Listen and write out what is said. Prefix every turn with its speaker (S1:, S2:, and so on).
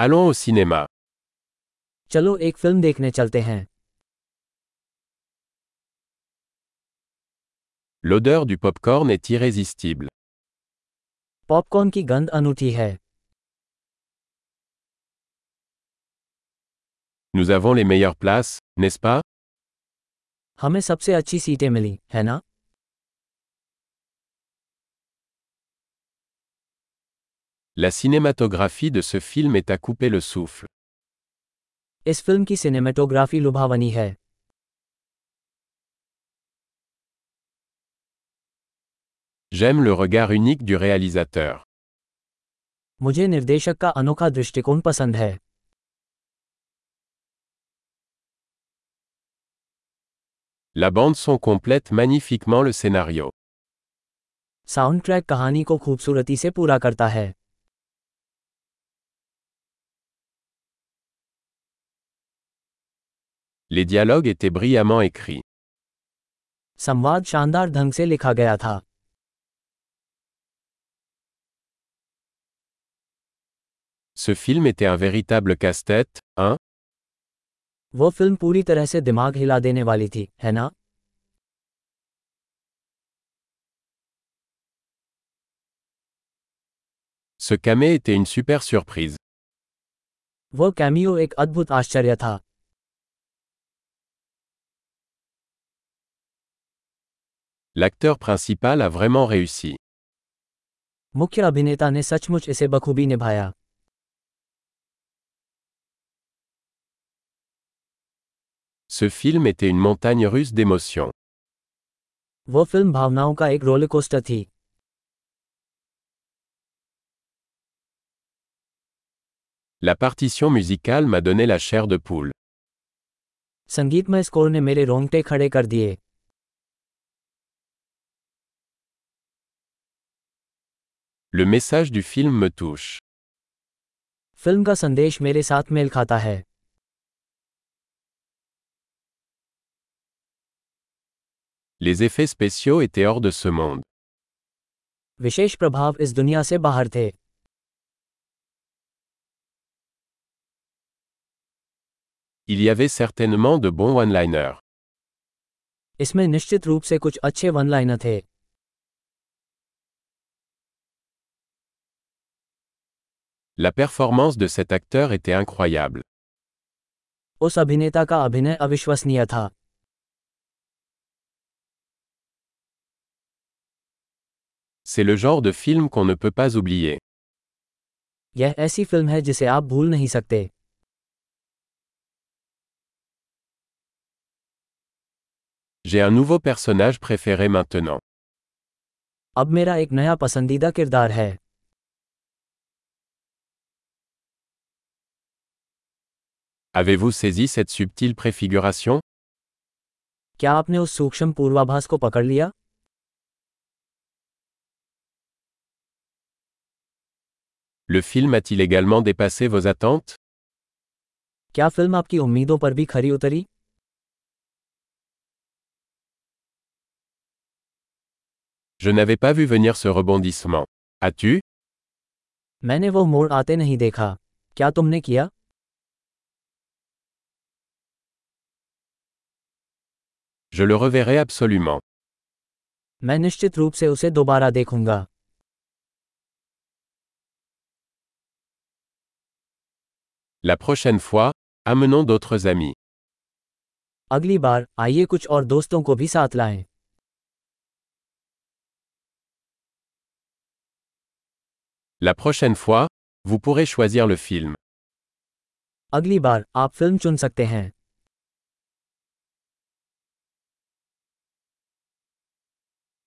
S1: Allons au cinéma.
S2: चलो एक film देखने चलते हैं
S1: L'odeur du popcorn est irrésistible.
S2: Popcorn की गंध अनूठी है
S1: Nous avons les meilleures places, n'est-ce pas
S2: हमें सबसे अच्छी सीटें मिली है ना
S1: La cinématographie de ce film est à couper le souffle.
S2: इस फिल्म की सिनेमेटोग्राफी लुभावनी है
S1: J'aime le regard unique du réalisateur.
S2: मुझे निर्देशक का अनोखा दृष्टिकोण पसंद है
S1: La bande son complète magnifiquement le scénario.
S2: Sound track कहानी को खूबसूरती से पूरा करता है
S1: Les dialogues étaient brillamment écrits.
S2: संवाद शानदार ढंग से लिखा गया था
S1: Ce film était un véritable casse-tête, hein
S2: वो फिल्म पूरी तरह से दिमाग हिला देने वाली थी है ना
S1: Ce camé était une super surprise.
S2: वो कैमियो एक अद्भुत आश्चर्य था
S1: L'acteur principal a vraiment réussi.
S2: मुख्य अभिनेता ने सचमुच इसे बखूबी निभाया
S1: Ce film était une montagne russe d'émotions.
S2: वो फिल्म भावनाओं का एक रोलकोस्टर थी
S1: La partition musicale m'a donné la chair de poule.
S2: संगीतमय स्कोर ने मेरे रोंगटे खड़े कर दिए
S1: Le message du film me touche.
S2: Film का संदेश मेरे साथ मेल खाता है
S1: Les effets spéciaux étaient hors de ce monde.
S2: विशेष प्रभाव इस दुनिया से बाहर थे
S1: Il y avait certainement de bons one-liners.
S2: इसमें निश्चित रूप से कुछ अच्छे वन लाइनर थे
S1: La performance de cet acteur était incroyable.
S2: उस अभिनेता का अभिनय अविश्वसनीय था
S1: C'est le genre de film qu'on ne peut pas oublier.
S2: यह ऐसी फिल्म है जिसे आप भूल नहीं सकते
S1: J'ai un nouveau personnage préféré maintenant.
S2: अब मेरा एक नया पसंदीदा किरदार है
S1: Avez-vous saisi cette subtile préfiguration
S2: क्या आपने उस सूक्ष्म पूर्वाभास को पकड़ लिया
S1: Le film a-t-il également dépassé vos attentes
S2: क्या फिल्म आपकी उम्मीदों पर भी खरी उतरी
S1: Je n'avais pas vu venir ce rebondissement. As-tu
S2: मैंने वो मोड़ आते नहीं देखा क्या तुमने किया
S1: Je le reverrai absolument.
S2: मैं निश्चित रूप से उसे दोबारा देखूंगा
S1: La prochaine fois, amenons d'autres amis.
S2: अगली बार आइए कुछ और दोस्तों को भी साथ लाएं
S1: La prochaine fois, vous pourrez choisir le film.
S2: अगली बार आप फिल्म चुन सकते हैं